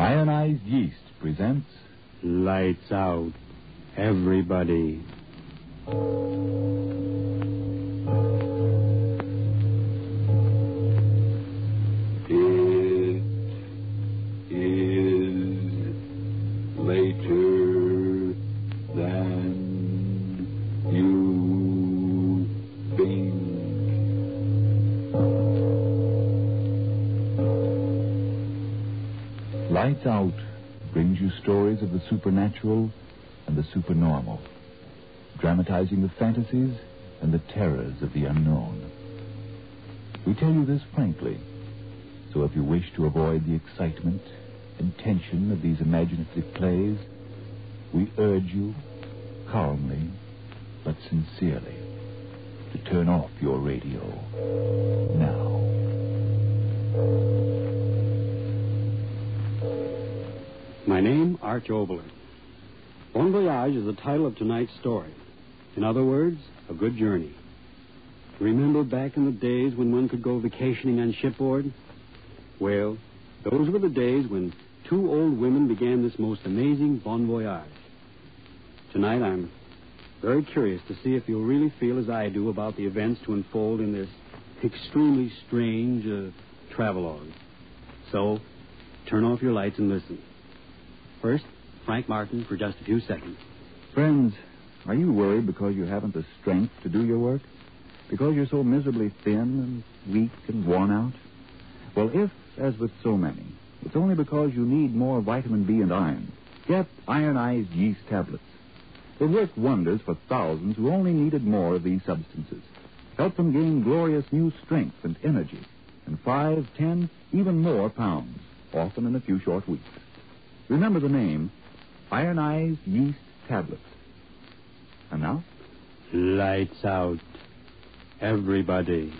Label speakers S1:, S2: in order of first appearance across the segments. S1: Ionized Yeast presents Lights Out, Everybody. It is later than you think. Lights Out brings you stories of the supernatural and the supernormal, dramatizing the fantasies and the terrors of the unknown. We tell you this frankly, so if you wish to avoid the excitement and tension of these imaginative plays, we urge you, calmly but sincerely, to turn off your radio now.
S2: My name, Arch Oberlin. Bon Voyage is the title of tonight's story. In other words, a good journey. Remember back in the days when one could go vacationing on shipboard? Well, those were the days when two old women began this most amazing bon voyage. Tonight I'm very curious to see if you'll really feel as I do about the events to unfold in this extremely strange uh, travelogue. So, turn off your lights and listen. First, Frank Martin for just a few seconds.
S1: Friends, are you worried because you haven't the strength to do your work? Because you're so miserably thin and weak and worn out? Well, if, as with so many, it's only because you need more vitamin B and iron, get ionized yeast tablets. They work wonders for thousands who only needed more of these substances. Help them gain glorious new strength and energy, and five, ten, even more pounds, often in a few short weeks. Remember the name, ionized yeast tablets. And now,
S2: Lights out. Everybody.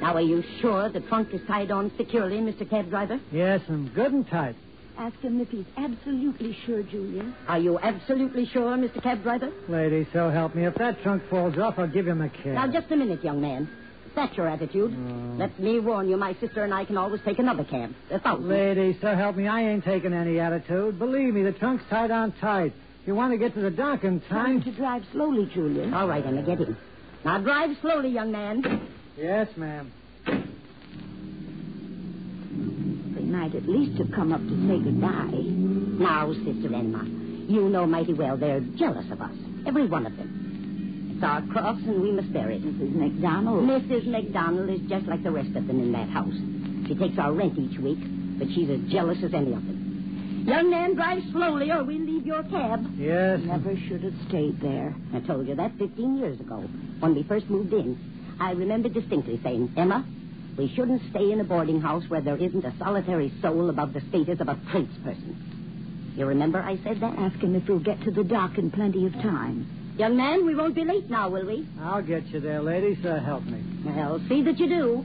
S3: Now, are you sure the trunk is tied on securely, Mr. Cab Driver?
S4: Yes, I'm good and tight.
S5: Ask him if he's absolutely sure, Julia.
S3: Are you absolutely sure, Mr. Cab Driver?
S4: Lady, so help me. If that trunk falls off, I'll give him a kick.
S3: Now, just a minute, young man. Is that your attitude? Let me warn you, my sister and I can always take another cab. A thousand.
S4: Lady, so help me. I ain't taking any attitude. Believe me, the trunk's tied on tight. If you want to get to the dock in
S5: Tell him
S4: time.
S5: to drive slowly, Julia.
S3: All right, Emma, get him. Now, drive slowly, young man.
S4: Yes, ma'am.
S5: They might at least have come up to say goodbye.
S3: Now, Sister Enma, you know mighty well they're jealous of us, every one of them. It's our cross, and we must bear it.
S5: Mrs. McDonald.
S3: Mrs. McDonald is just like the rest of them in that house. She takes our rent each week, but she's as jealous as any of them. Young man, drive slowly or we'll leave your cab.
S4: Yes.
S5: Never should have stayed there.
S3: I told you that 15 years ago, when we first moved in. I remember distinctly saying, Emma, we shouldn't stay in a boarding house where there isn't a solitary soul above the status of a tradesperson. You remember I said that?
S5: Ask him if we'll get to the dock in plenty of time.
S3: Young man, we won't be late now, will we?
S4: I'll get you there, lady, so help me.
S3: Well, see that you do.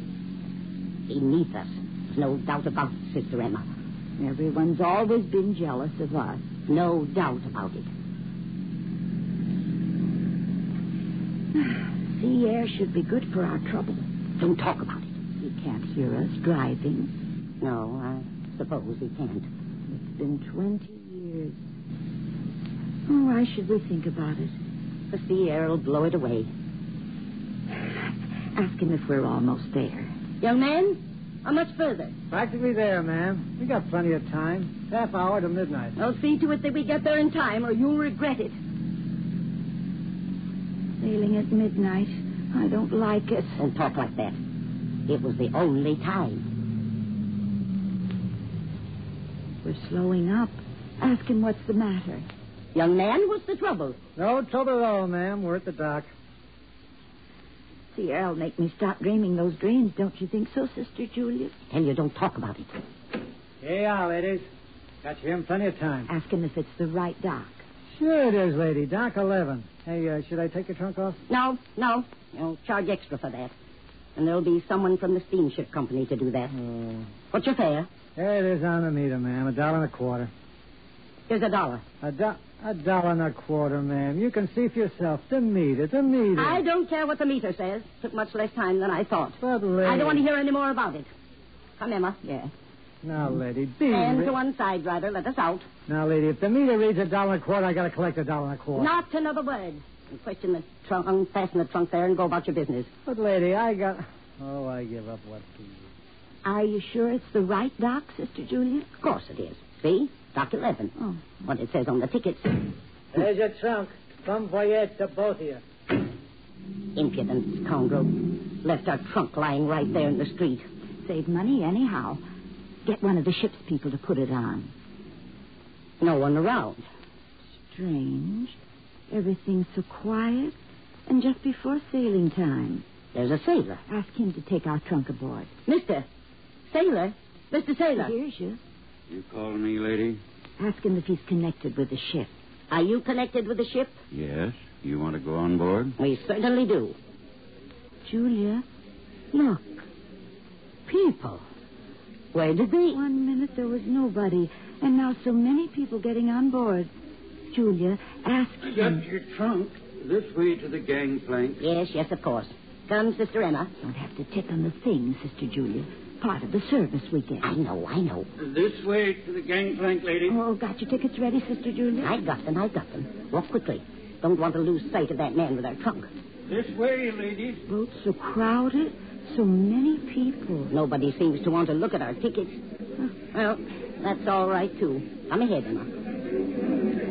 S3: He needs us. There's no doubt about it, Sister Emma.
S5: Everyone's always been jealous of us.
S3: No doubt about it.
S5: Sea air should be good for our trouble.
S3: Don't talk about it.
S5: He can't hear us driving.
S3: No, I suppose he can't.
S5: It's been 20 years. Oh, why should we think about it?
S3: The sea air will blow it away.
S5: Ask him if we're almost there.
S3: Young man, how much further?
S4: Practically there, ma'am. We got plenty of time. It's half hour to midnight.
S3: I'll see to it that we get there in time, or you'll regret it.
S5: Sailing at midnight. I don't like it.
S3: Don't talk like that. It was the only time.
S5: We're slowing up. Ask him what's the matter.
S3: Young man, what's the trouble?
S4: No trouble at all, ma'am. We're at the dock.
S5: The air'll make me stop dreaming those dreams, don't you think so, Sister Julia?
S3: Tell you, don't talk about it.
S4: Here you are, ladies. Got you here in plenty of time.
S5: Ask him if it's the right dock.
S4: Sure it is, lady. Dock 11. Hey, uh, should I take your trunk off?
S3: No, no. You'll charge extra for that. And there'll be someone from the steamship company to do that. What's your fare?
S4: There it is on the meter, ma'am. A dollar and a quarter.
S3: Here's a dollar.
S4: A, do- a dollar and a quarter, ma'am. You can see for yourself. The meter, the meter.
S3: I don't care what the meter says. Took much less time than I thought.
S4: But, lady...
S3: I don't want to hear any more about it. Come, Emma. Yeah.
S4: Now, lady, be...
S3: Hands
S4: re-
S3: to one side, rather. Let us out.
S4: Now, lady, if the meter reads a dollar and a quarter, I gotta collect a dollar and a quarter.
S3: Not another word. And question the trunk, unfasten the trunk there, and go about your business.
S4: But, lady, I got... Oh, I give up. What do you...
S5: Are you sure it's the right dock, Sister Julia?
S3: Of course it is. See? Dock 11.
S5: Oh.
S3: What it says on the tickets.
S4: There's your trunk. Bon voyage to both of you.
S3: Impudent scoundrel. Left our trunk lying right there in the street.
S5: Save money anyhow. Get one of the ship's people to put it on.
S3: No one around.
S5: Strange. Everything's so quiet. And just before sailing time,
S3: There's a sailor.
S5: ask him to take our trunk aboard.
S3: Mister. Sailor. Mr. Sailor.
S5: He hears you.
S2: You call me, lady?
S5: Ask him if he's connected with the ship.
S3: Are you connected with the ship?
S2: Yes. You want to go on board?
S3: We certainly do.
S5: Julia, look.
S3: People. Where did they?
S5: One minute there was nobody, and now so many people getting on board. Julia, ask him.
S2: your trunk this way to the gangplank.
S3: Yes, yes, of course. Come, Sister Emma.
S5: Don't have to tip on the thing, Sister Julia. Part of the service we get.
S3: I know, I know.
S2: This way to the gangplank, lady.
S5: Oh, got your tickets ready, Sister Julia?
S3: I got them, I got them. Walk quickly. Don't want to lose sight of that man with our trunk.
S2: This way, lady.
S5: Boat so crowded, so many people.
S3: Nobody seems to want to look at our tickets. Well, that's all right, too. Come ahead, Emma.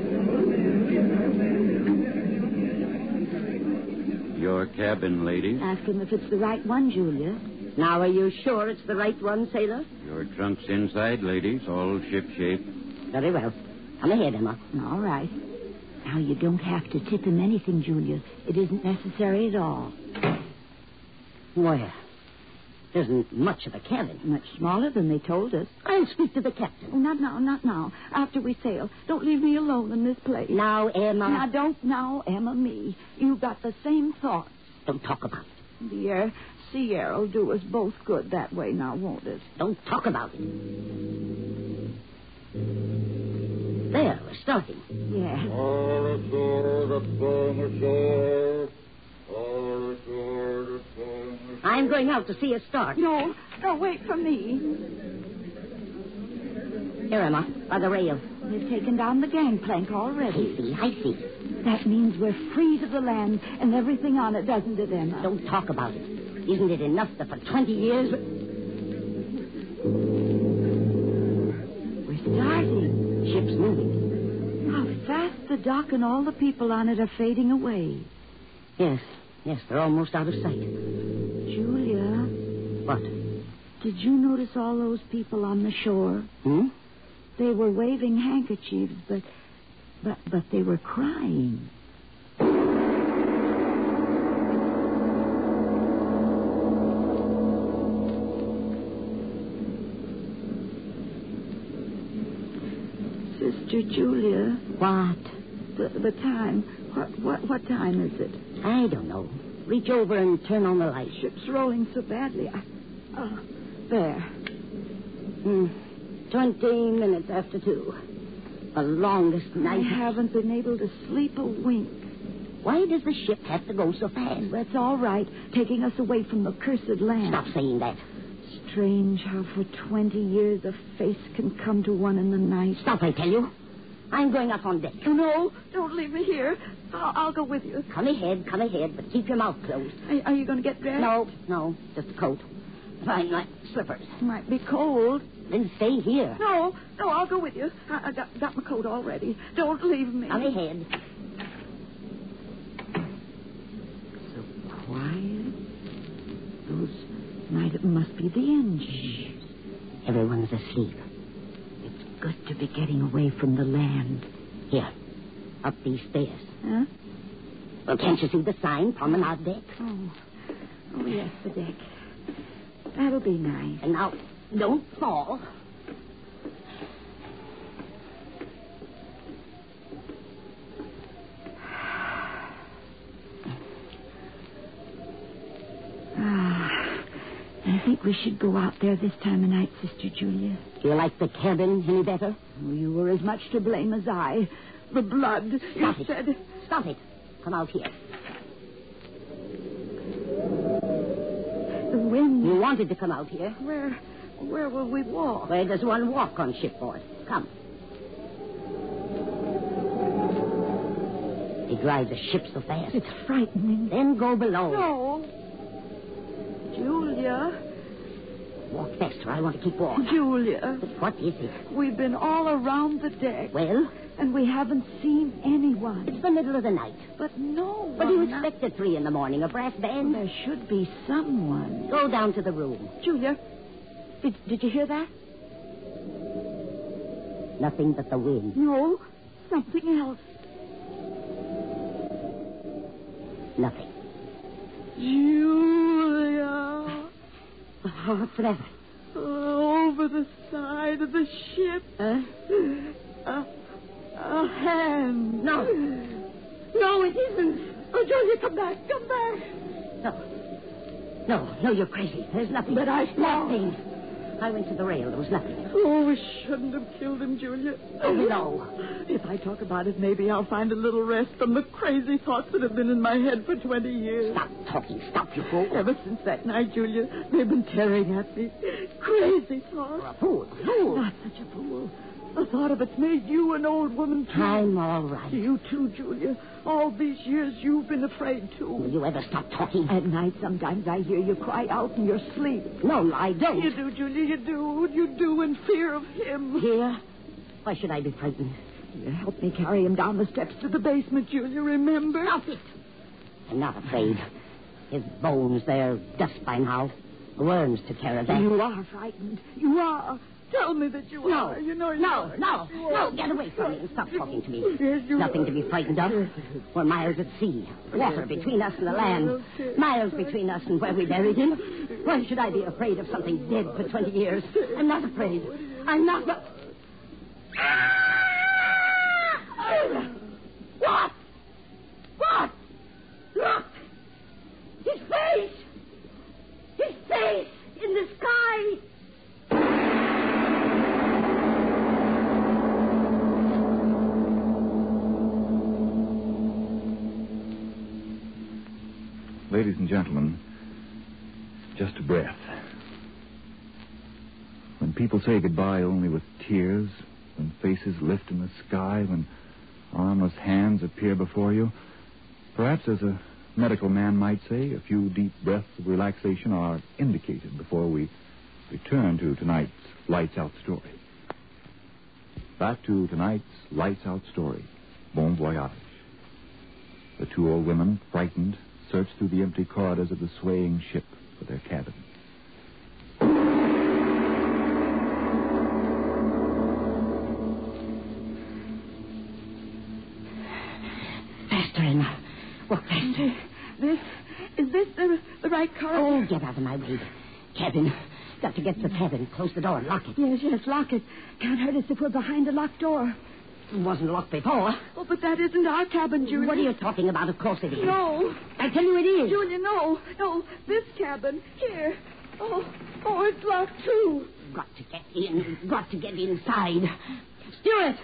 S2: Your cabin, lady.
S5: Ask him if it's the right one, Julia.
S3: Now, are you sure it's the right one, sailor?
S2: Your trunk's inside, lady. It's all shipshape.
S3: Very well. Come ahead, Emma.
S5: All right. Now, you don't have to tip him anything, Julia. It isn't necessary at all.
S3: Well, isn't much of a cabin.
S5: Much smaller than they told us.
S3: I'll speak to the
S5: Oh,
S3: captain.
S5: not now, not now. After we sail. Don't leave me alone in this place.
S3: Now, Emma.
S5: Now, don't now, Emma, me. You've got the same thoughts.
S3: Don't talk about it.
S5: The air, sea air will do us both good that way now, won't it?
S3: Don't talk about it. There, we're starting.
S5: Yeah.
S6: All ashore the song ashore. All ashore the song ashore.
S3: I'm going out to see us start.
S5: No, no, wait for me.
S3: Here, Emma, by the rail.
S5: They've taken down the gangplank
S3: I
S5: already.
S3: see, I see.
S5: That means we're free to the land and everything on it, doesn't it, Emma?
S3: Don't talk about it. Isn't it enough that for 20 years...
S5: We're starting.
S3: Ship's moving.
S5: How fast the dock and all the people on it are fading away.
S3: Yes, yes, they're almost out of sight.
S5: Julia,
S3: What?
S5: did you notice all those people on the shore?
S3: Hmm?
S5: They were waving handkerchiefs, but but but they were crying. Sister Julia,
S3: What?
S5: the, the time. What, what what time is it?
S3: I don't know. Reach over and turn on the light.
S5: Ship's rolling so badly. I, oh, there.
S3: Hmm. 20 minutes after two. The longest
S5: I
S3: night.
S5: haven't been able to sleep a wink.
S3: Why does the ship have to go so fast?
S5: That's all right, taking us away from the cursed land.
S3: Stop saying that.
S5: Strange how for 20 years a face can come to one in the night.
S3: Stop, I tell you. I'm going up on deck.
S5: No, don't leave me here. I'll, I'll go with you.
S3: Come ahead, come ahead, but keep your mouth closed.
S5: Are, are you going to get dressed?
S3: No, no, just a coat. Fine, like slippers.
S5: It might be cold.
S3: Then stay here.
S5: No, no, I'll go with you. I, I got, got my coat already. Don't leave me.
S3: Come ahead.
S5: So quiet. Those night it must be the engine.
S3: Everyone's asleep.
S5: It's good to be getting away from the land.
S3: Here, Up these stairs.
S5: Huh?
S3: Well, can't you see the sign, Promenade Deck?
S5: Oh. Oh, yes, the deck. That'll be nice.
S3: And now, don't fall.
S5: Ah, I think we should go out there this time of night, Sister Julia.
S3: Do you like the cabin any better?
S5: Oh, you were as much to blame as I. The blood. You
S3: Stop it.
S5: said.
S3: Stop it. Come out here.
S5: The wind.
S3: You wanted to come out here.
S5: Where. Where will we walk?
S3: Where does one walk on shipboard? Come. He drives the ship so fast.
S5: It's frightening.
S3: Then go below.
S5: No. Julia.
S3: Walk faster. I want to keep walking.
S5: Julia.
S3: But what is it?
S5: We've been all around the deck.
S3: Well,
S5: And we haven't seen anyone.
S3: it's the middle of the night.
S5: But Oh, no
S3: What do you
S5: one-
S3: expect at three in the morning? A brass band?
S5: There should be someone.
S3: Go down to the room.
S5: Julia, did, did you hear that?
S3: Nothing but the wind.
S5: No, something else.
S3: Nothing.
S5: Julia,
S3: Oh, what's the matter?
S5: over the side of the ship. A, a hand.
S3: No.
S5: No, it isn't. Oh, Julia, come back, come back.
S3: No. No, no, you're crazy. There's nothing. But I saw. Nothing. I went to the rail. There was nothing.
S5: Oh, we shouldn't have killed him, Julia.
S3: Oh, no.
S5: If I talk about it, maybe I'll find a little rest from the crazy thoughts that have been in my head for 20 years.
S3: Stop talking. Stop, you fool.
S5: Ever since that night, Julia, they've been tearing at me. Crazy thoughts.
S3: You're a fool. A fool.
S5: Not such a fool. The thought of it's made you an old woman, too.
S3: I'm all right.
S5: You, too, Julia. All these years you've been afraid,
S3: Will
S5: too.
S3: you ever stop talking?
S5: At night, sometimes I hear you cry out in your sleep.
S3: No, I don't.
S5: You do, Julia, you do. You do in fear of him.
S3: Here? Why should I be frightened?
S5: You helped me carry him down the steps to the basement, Julia, remember?
S3: Stop it. I'm not afraid. His bones, they're dust by now. Worms to tear at that.
S5: You are frightened. You are. Tell me that you are. You know you
S3: No,
S5: are.
S3: no,
S5: You are.
S3: no, get away from me and stop talking to me.
S5: Yes, you
S3: Nothing
S5: are.
S3: to be frightened of. We're miles at sea. Water between us and the land. Miles between us and where we buried him. Why should I be afraid of something dead for 20 years? I'm not afraid. I'm not. A... Ah! What? What? Look! His face! His face in the sky!
S1: Ladies and gentlemen, just a breath. When people say goodbye only with tears, when faces lift in the sky, when armless hands appear before you, perhaps as a medical man might say, a few deep breaths of relaxation are indicated before we return to tonight's lights out story. Back to tonight's lights out story. Bon voyage. The two old women, frightened, searched through the empty corridors of the swaying ship for their cabin.
S3: Faster, Emma. Walk faster.
S5: This is this the, the right
S3: Oh,
S5: corridor?
S3: get out of my way. Cabin. Got to get to the cabin. Close the door and lock it.
S5: Yes, yes, lock it. Can't hurt us if we're behind a locked door.
S3: It wasn't locked before.
S5: Oh, but that isn't our cabin, Julia.
S3: What are you talking about? Of course it is.
S5: No,
S3: I tell you it is.
S5: Julia, no, no. This cabin here. Oh, oh, it's locked too.
S3: Got to get in. Got to get inside. Stewart,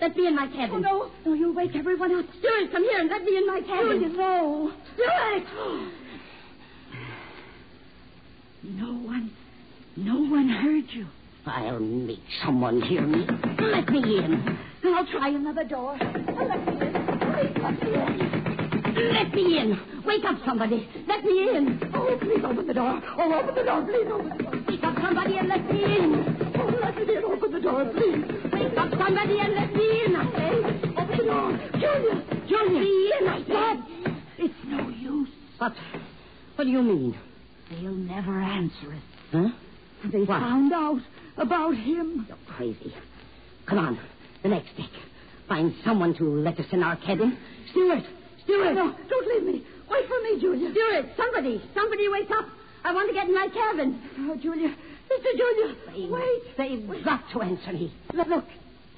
S3: let me in my cabin.
S5: Oh, no, no, you wake everyone up.
S3: Stewart, come here and let me in my cabin.
S5: Julia, no,
S3: Stewart!
S5: no one, no one heard you.
S3: I'll make someone hear me. Let me in.
S5: I'll try another door. Let me in. Please let me in.
S3: Let me in. Wake up, somebody. Let me in. Oh, please open the door. Oh, open the door, please open the door. Wake up, somebody, and let me in. Oh, let me in. Open the door, please. Wake up, somebody, and let me in. Hey, open the door. Julia, Julia. Let me in, I said.
S5: It's no use.
S3: What? What do you mean?
S5: They'll never answer us.
S3: Huh?
S5: They
S3: What?
S5: found out about him.
S3: You're crazy. Come on. The next deck. Find someone to let us in our cabin. Stewart! Stewart!
S5: No, don't leave me. Wait for me, Julia.
S7: Stewart, somebody, somebody wake up. I want to get in my cabin.
S5: Oh, Julia. Mr. Julia.
S3: They've,
S5: Wait.
S3: They've got to answer me.
S5: Look, look.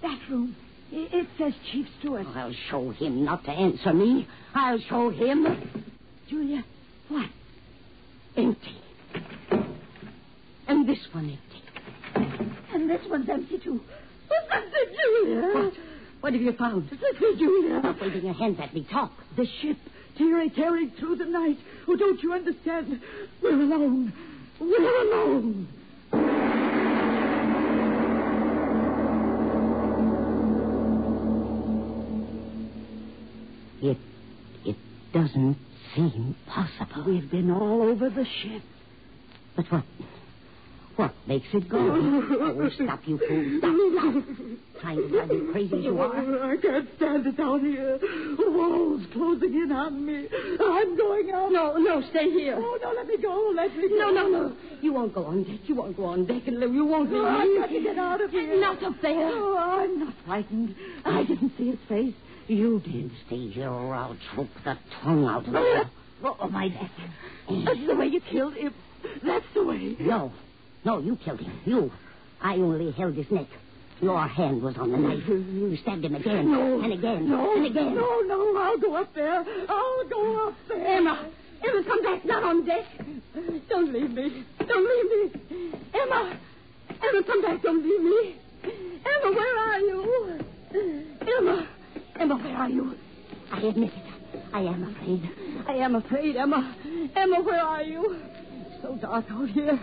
S5: That room. I- It says Chief Stewart.
S3: I'll show him not to answer me. I'll show him.
S5: Julia, what?
S3: Empty. And this one empty.
S5: And this one's empty, too. But Mr. Julia.
S3: What? What have you found?
S5: Mr. Julia.
S3: Stop waving your hands at me. Talk.
S5: The ship, teary tearing through the night. Oh, don't you understand? We're alone. We're alone.
S3: It it doesn't seem possible.
S5: We've been all over the ship.
S3: But what? What makes it go? oh, stop, you fool. Stop, stop. Trying to drive me crazy as you are.
S5: Oh, I can't stand it down here. The walls closing in on me. I'm going out.
S7: No, no, stay here.
S5: Oh, no, let me go. Let me go.
S7: No, no, no. You won't go on deck. You won't go on deck and live. You won't
S5: Oh,
S7: leave.
S5: I've got to get out of here.
S7: Not up there.
S5: Oh, I'm not frightened. I didn't see his face. You did.
S3: Stay here or I'll choke the tongue out of you.
S5: Oh, my neck. That's the way you killed him. That's the way.
S3: Oh. No. No, you killed him. You. I only held his neck. Your hand was on the knife. You stabbed him again
S5: No.
S3: and again
S5: No.
S3: and again.
S5: No, no. I'll go up there. I'll go up there.
S7: Emma. Emma, come back. Not on deck. Don't leave me. Don't leave me. Emma. Emma, come back. Don't leave me. Emma, where are you? Emma. Emma, where are you?
S3: I admit it. I am afraid.
S7: I am afraid, Emma. Emma, where are you? It's so dark out here.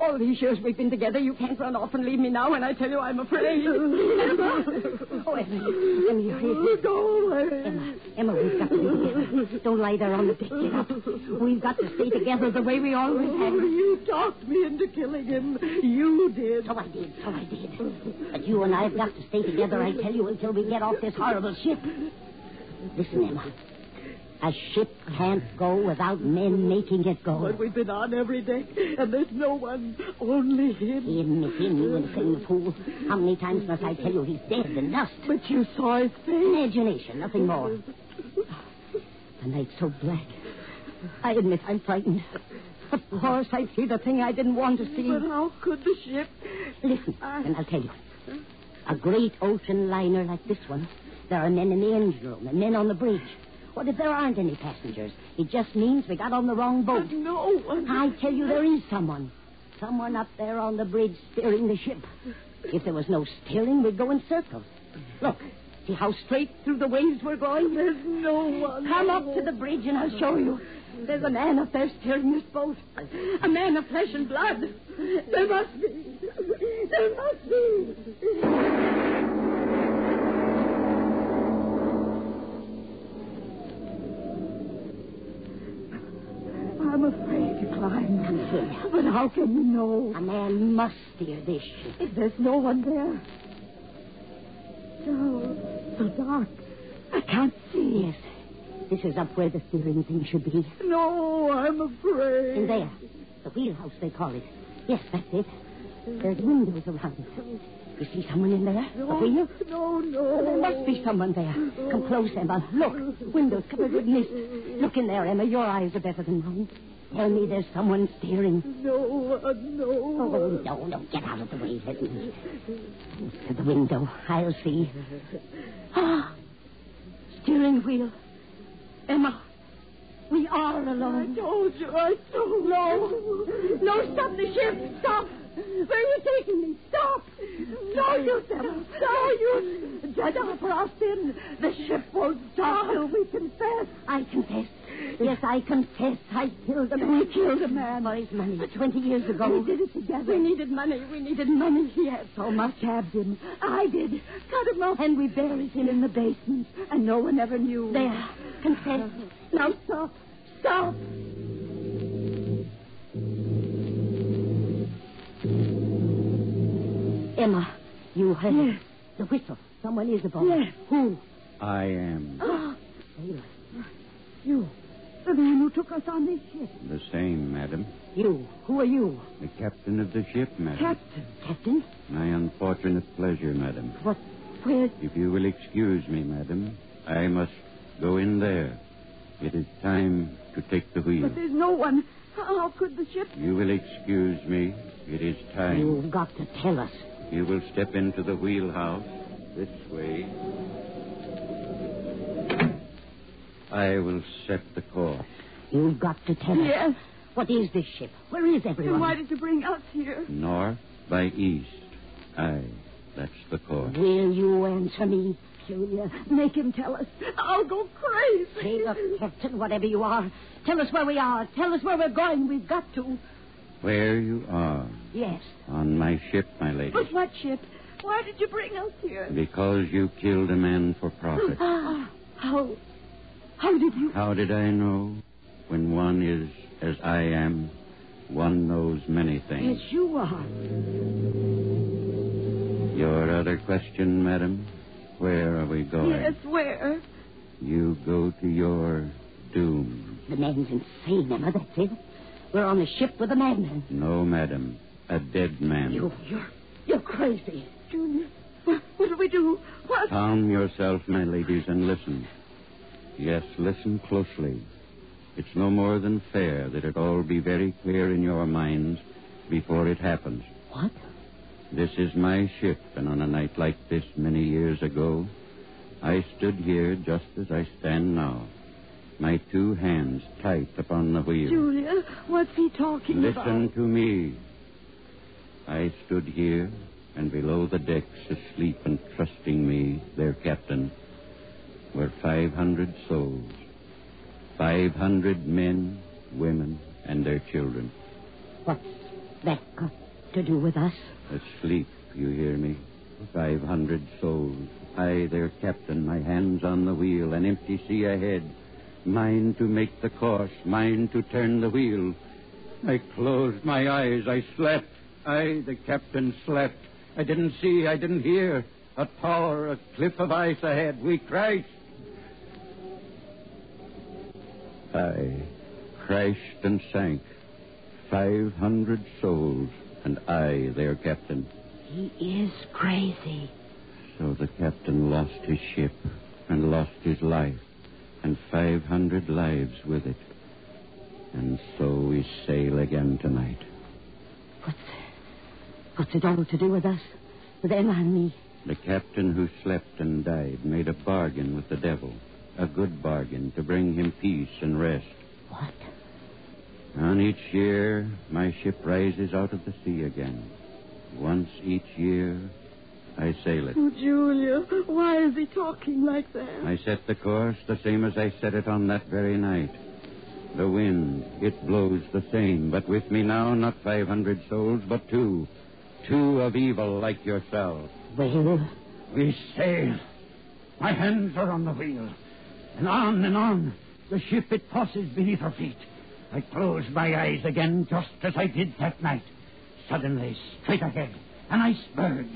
S7: All these years we've been together, you can't run off and leave me now when I tell you I'm afraid. Emma! Oh, Emma,
S3: Emma, you're here.
S7: go away.
S3: Emma, Emma, we've got to be together. Don't lie there on the deck. Get up. We've got to stay together the way we always
S7: Oh,
S3: have.
S5: You talked me into killing him. You did.
S3: So I did. So I did. But you and I have got to stay together, I tell you, until we get off this horrible ship. Listen, Emma. A ship can't go without men making it go.
S5: But we've been on every deck, and there's no one, only him.
S3: Him, him, you insane fool. How many times must I tell you he's dead and dust?
S5: But you saw his face.
S3: Imagination, nothing more. The night's so black. I admit I'm frightened. Of course, I see the thing I didn't want to see.
S5: But how could the ship? Ah.
S3: Listen, and I'll tell you. A great ocean liner like this one, there are men in the engine room and men on the bridge. What if there aren't any passengers? It just means we got on the wrong boat.
S5: But no one.
S3: I tell you, there is someone. Someone up there on the bridge steering the ship. If there was no steering, we'd go in circles. Look, see how straight through the waves we're going?
S5: There's no one.
S7: Come up to the bridge and I'll show you. There's a man up there steering this boat. A man of flesh and blood. There must be. There must be.
S5: I'm afraid to climb.
S3: Consider,
S5: But how can we know
S3: a man must steer this ship.
S5: if there's no one there? So, so dark. I can't see.
S3: Yes, this is up where the steering thing should be.
S5: No, I'm afraid.
S3: In there. The wheelhouse, they call it. Yes, that's it. There's windows around it. You see someone in there? The wheel?
S5: No,
S3: There
S5: no.
S3: must be someone there. Come close, Emma. Look. Windows covered with mist. Look in there, Emma. Your eyes are better than mine. Tell me there's someone steering.
S5: No one, no
S3: Oh,
S5: one.
S3: no, no. Get out of the way. Let me. To the window. I'll see.
S7: Ah, steering wheel. Emma, we are alone. I told you, I told you. No, no, stop the ship, stop. Where are you taking me? Stop. No, you devil, no, you. Judge for our sin. The ship won't stop till we confess.
S3: I confess. Yes, I confess. I killed a man. We killed a man. For his money. Twenty years ago.
S7: We did it together. We needed money. We needed money. He had so much. Stabbed him. I did. Cut him off. And we buried him in the basement. And no one ever knew. There. Confess. Now stop. Stop.
S3: Emma, you heard the whistle. Someone is aboard.
S5: Yes.
S3: Who?
S2: I am
S3: Sailor.
S5: You. The man who took us on this ship.
S2: the same, madam.
S3: You. Who are you?
S2: The captain of the ship, madam.
S5: Captain.
S3: Captain?
S2: My unfortunate pleasure, madam.
S3: What
S5: where.
S8: If you will excuse me, madam, I must go in there. It is time to take the wheel.
S7: But there's no one. How could the ship?
S8: You will excuse me. It is time.
S3: You've got to tell us.
S8: You will step into the wheelhouse this way. I will set the course.
S3: You've got to tell us.
S7: Yes.
S3: What is this ship? Where is
S7: Then
S3: everyone?
S7: why did you bring us here?
S8: North by east. Aye, that's the course.
S3: Will you answer me?
S7: Julia, make him tell us. I'll go crazy.
S3: Say, look, Captain, whatever you are, tell us where we are. Tell us where we're going. We've got to.
S8: Where you are.
S3: Yes.
S8: On my ship, my lady.
S7: But what ship? Why did you bring us here?
S8: Because you killed a man for profit.
S3: Ah,
S7: How? How did you?
S8: How did I know? When one is as I am, one knows many
S5: Yes,
S8: things.
S5: you are.
S8: Your other question, madam? Where are we going?
S7: Yes, where?
S8: You go to your doom.
S3: The man's insane, Emma. That's it. We're on a ship with a madman.
S8: No, madam. A dead man.
S3: You, you're, you're crazy.
S7: Junior, what, what do we do? What?
S8: Calm yourself, my ladies, and listen. Yes, listen closely. It's no more than fair that it all be very clear in your minds before it happens.
S3: What?
S8: This is my ship, and on a night like this many years ago, I stood here just as I stand now, my two hands tight upon the wheel.
S7: Julia, what's he talking about?
S8: Listen to me. I stood here, and below the decks, asleep and trusting me, their captain, were 500 souls. 500 men, women, and their children.
S3: What's that got to do with us?
S8: Asleep, you hear me? 500 souls. I, their captain, my hands on the wheel, an empty sea ahead. Mine to make the course, mine to turn the wheel. I closed my eyes. I slept. I, the captain, slept. I didn't see. I didn't hear. A tower, a cliff of ice ahead. We crashed. I crashed and sank. Five hundred souls, and I, their captain.
S3: He is crazy.
S8: So the captain lost his ship and lost his life, and 500 lives with it. And so we sail again tonight.
S3: What's, what's it all to do with us? With Emma and me?
S8: The captain who slept and died made a bargain with the devil, a good bargain to bring him peace and rest.
S3: What?
S8: On each year, my ship rises out of the sea again. Once each year, I sail it.
S7: Oh, Julia, why is he talking like that?
S8: I set the course the same as I set it on that very night. The wind, it blows the same, but with me now, not 500 souls, but two. Two of evil like yourself.
S3: Well,
S8: We sail. My hands are on the wheel. And on and on. The ship, it tosses beneath her feet. I close my eyes again, just as I did that night. Suddenly, straight ahead, an iceberg.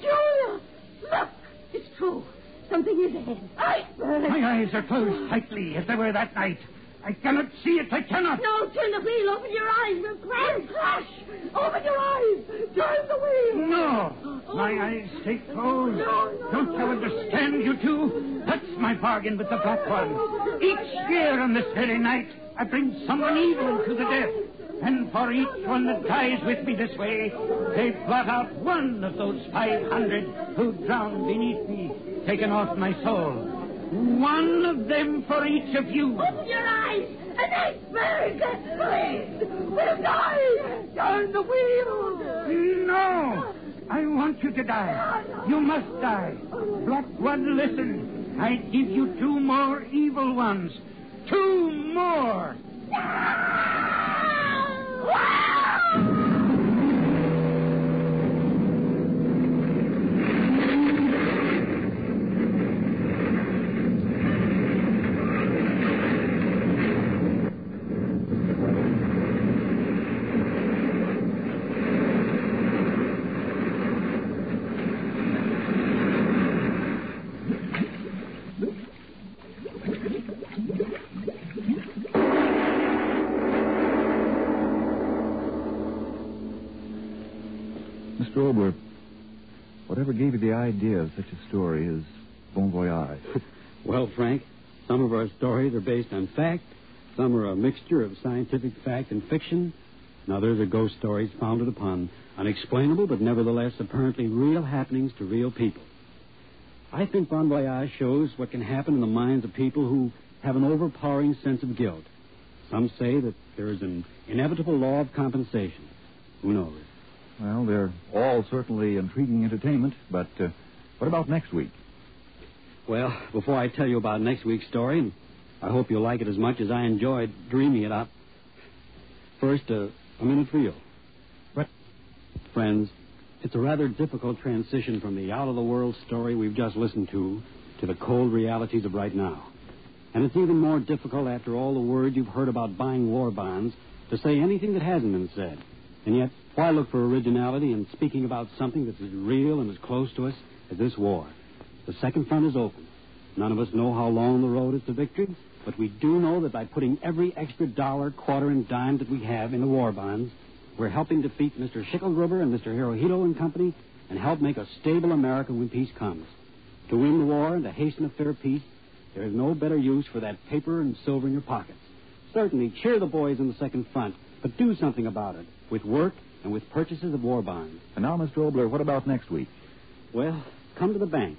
S7: Julia, look, it's true. Something is ahead. Iceberg.
S8: My eyes are closed tightly, as they were that night. I cannot see it. I cannot.
S7: No, turn the wheel. Open your eyes. We'll crash. Crash. Open your eyes. Turn the wheel.
S8: No. My eyes stay closed. Don't you understand, you two? That's my bargain with the Black One. Each year on this very night, I bring someone evil to the death. And for each one that dies with me this way, they blot out one of those 500 who drowned beneath me, taken off my soul. One of them for each of you.
S7: Open your eyes. An iceberg. Please. We'll die. Turn the wheel.
S8: No! I want you to die. You must die. Black One, listen. I give you two more evil ones. Two more.
S1: Mr. Ober, Whatever gave you the idea of such a story is bon voyage.
S8: Well, Frank, some of our stories are based on fact, some are a mixture of scientific fact and fiction, and others are ghost stories founded upon unexplainable but nevertheless apparently real happenings to real people. I think Bon Voyage shows what can happen in the minds of people who have an overpowering sense of guilt. Some say that there is an inevitable law of compensation. Who knows?
S1: well, they're all certainly intriguing entertainment, but uh, what about next week?
S8: Well, before I tell you about next week's story, and I hope you'll like it as much as I enjoyed dreaming it up. First, uh, a minute for you.
S1: What?
S8: Friends, it's a rather difficult transition from the out of the world story we've just listened to to the cold realities of right now. And it's even more difficult after all the words you've heard about buying war bonds to say anything that hasn't been said. And yet, why look for originality in speaking about something that's as real and as close to us as this war? The second front is open. None of us know how long the road is to victory, but we do know that by putting every extra dollar, quarter, and dime that we have into war bonds, we're helping defeat Mr. Schickelgruber and Mr. Hirohito and company and help make a stable America when peace comes. To win the war and to hasten a fair peace, there is no better use for that paper and silver in your pockets. Certainly, cheer the boys in the second front, but do something about it with work and with purchases of war bonds.
S1: And now, Mr. Obler, what about next week?
S8: Well, come to the bank.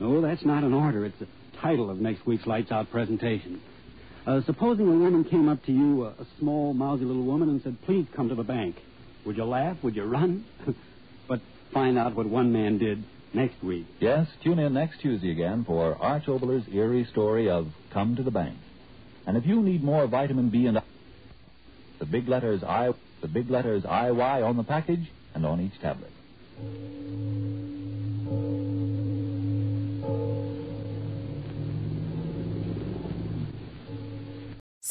S8: No, that's not an order. It's the title of next week's Lights Out presentation. Uh, supposing a woman came up to you, a, a small, mousy little woman, and said, Please come to the bank. Would you laugh? Would you run? but find out what one man did next week.
S1: Yes, tune in next Tuesday again for Arch Obler's eerie story of Come to the Bank. And if you need more vitamin B and I- the big letters I the big letters IY on the package and on each tablet.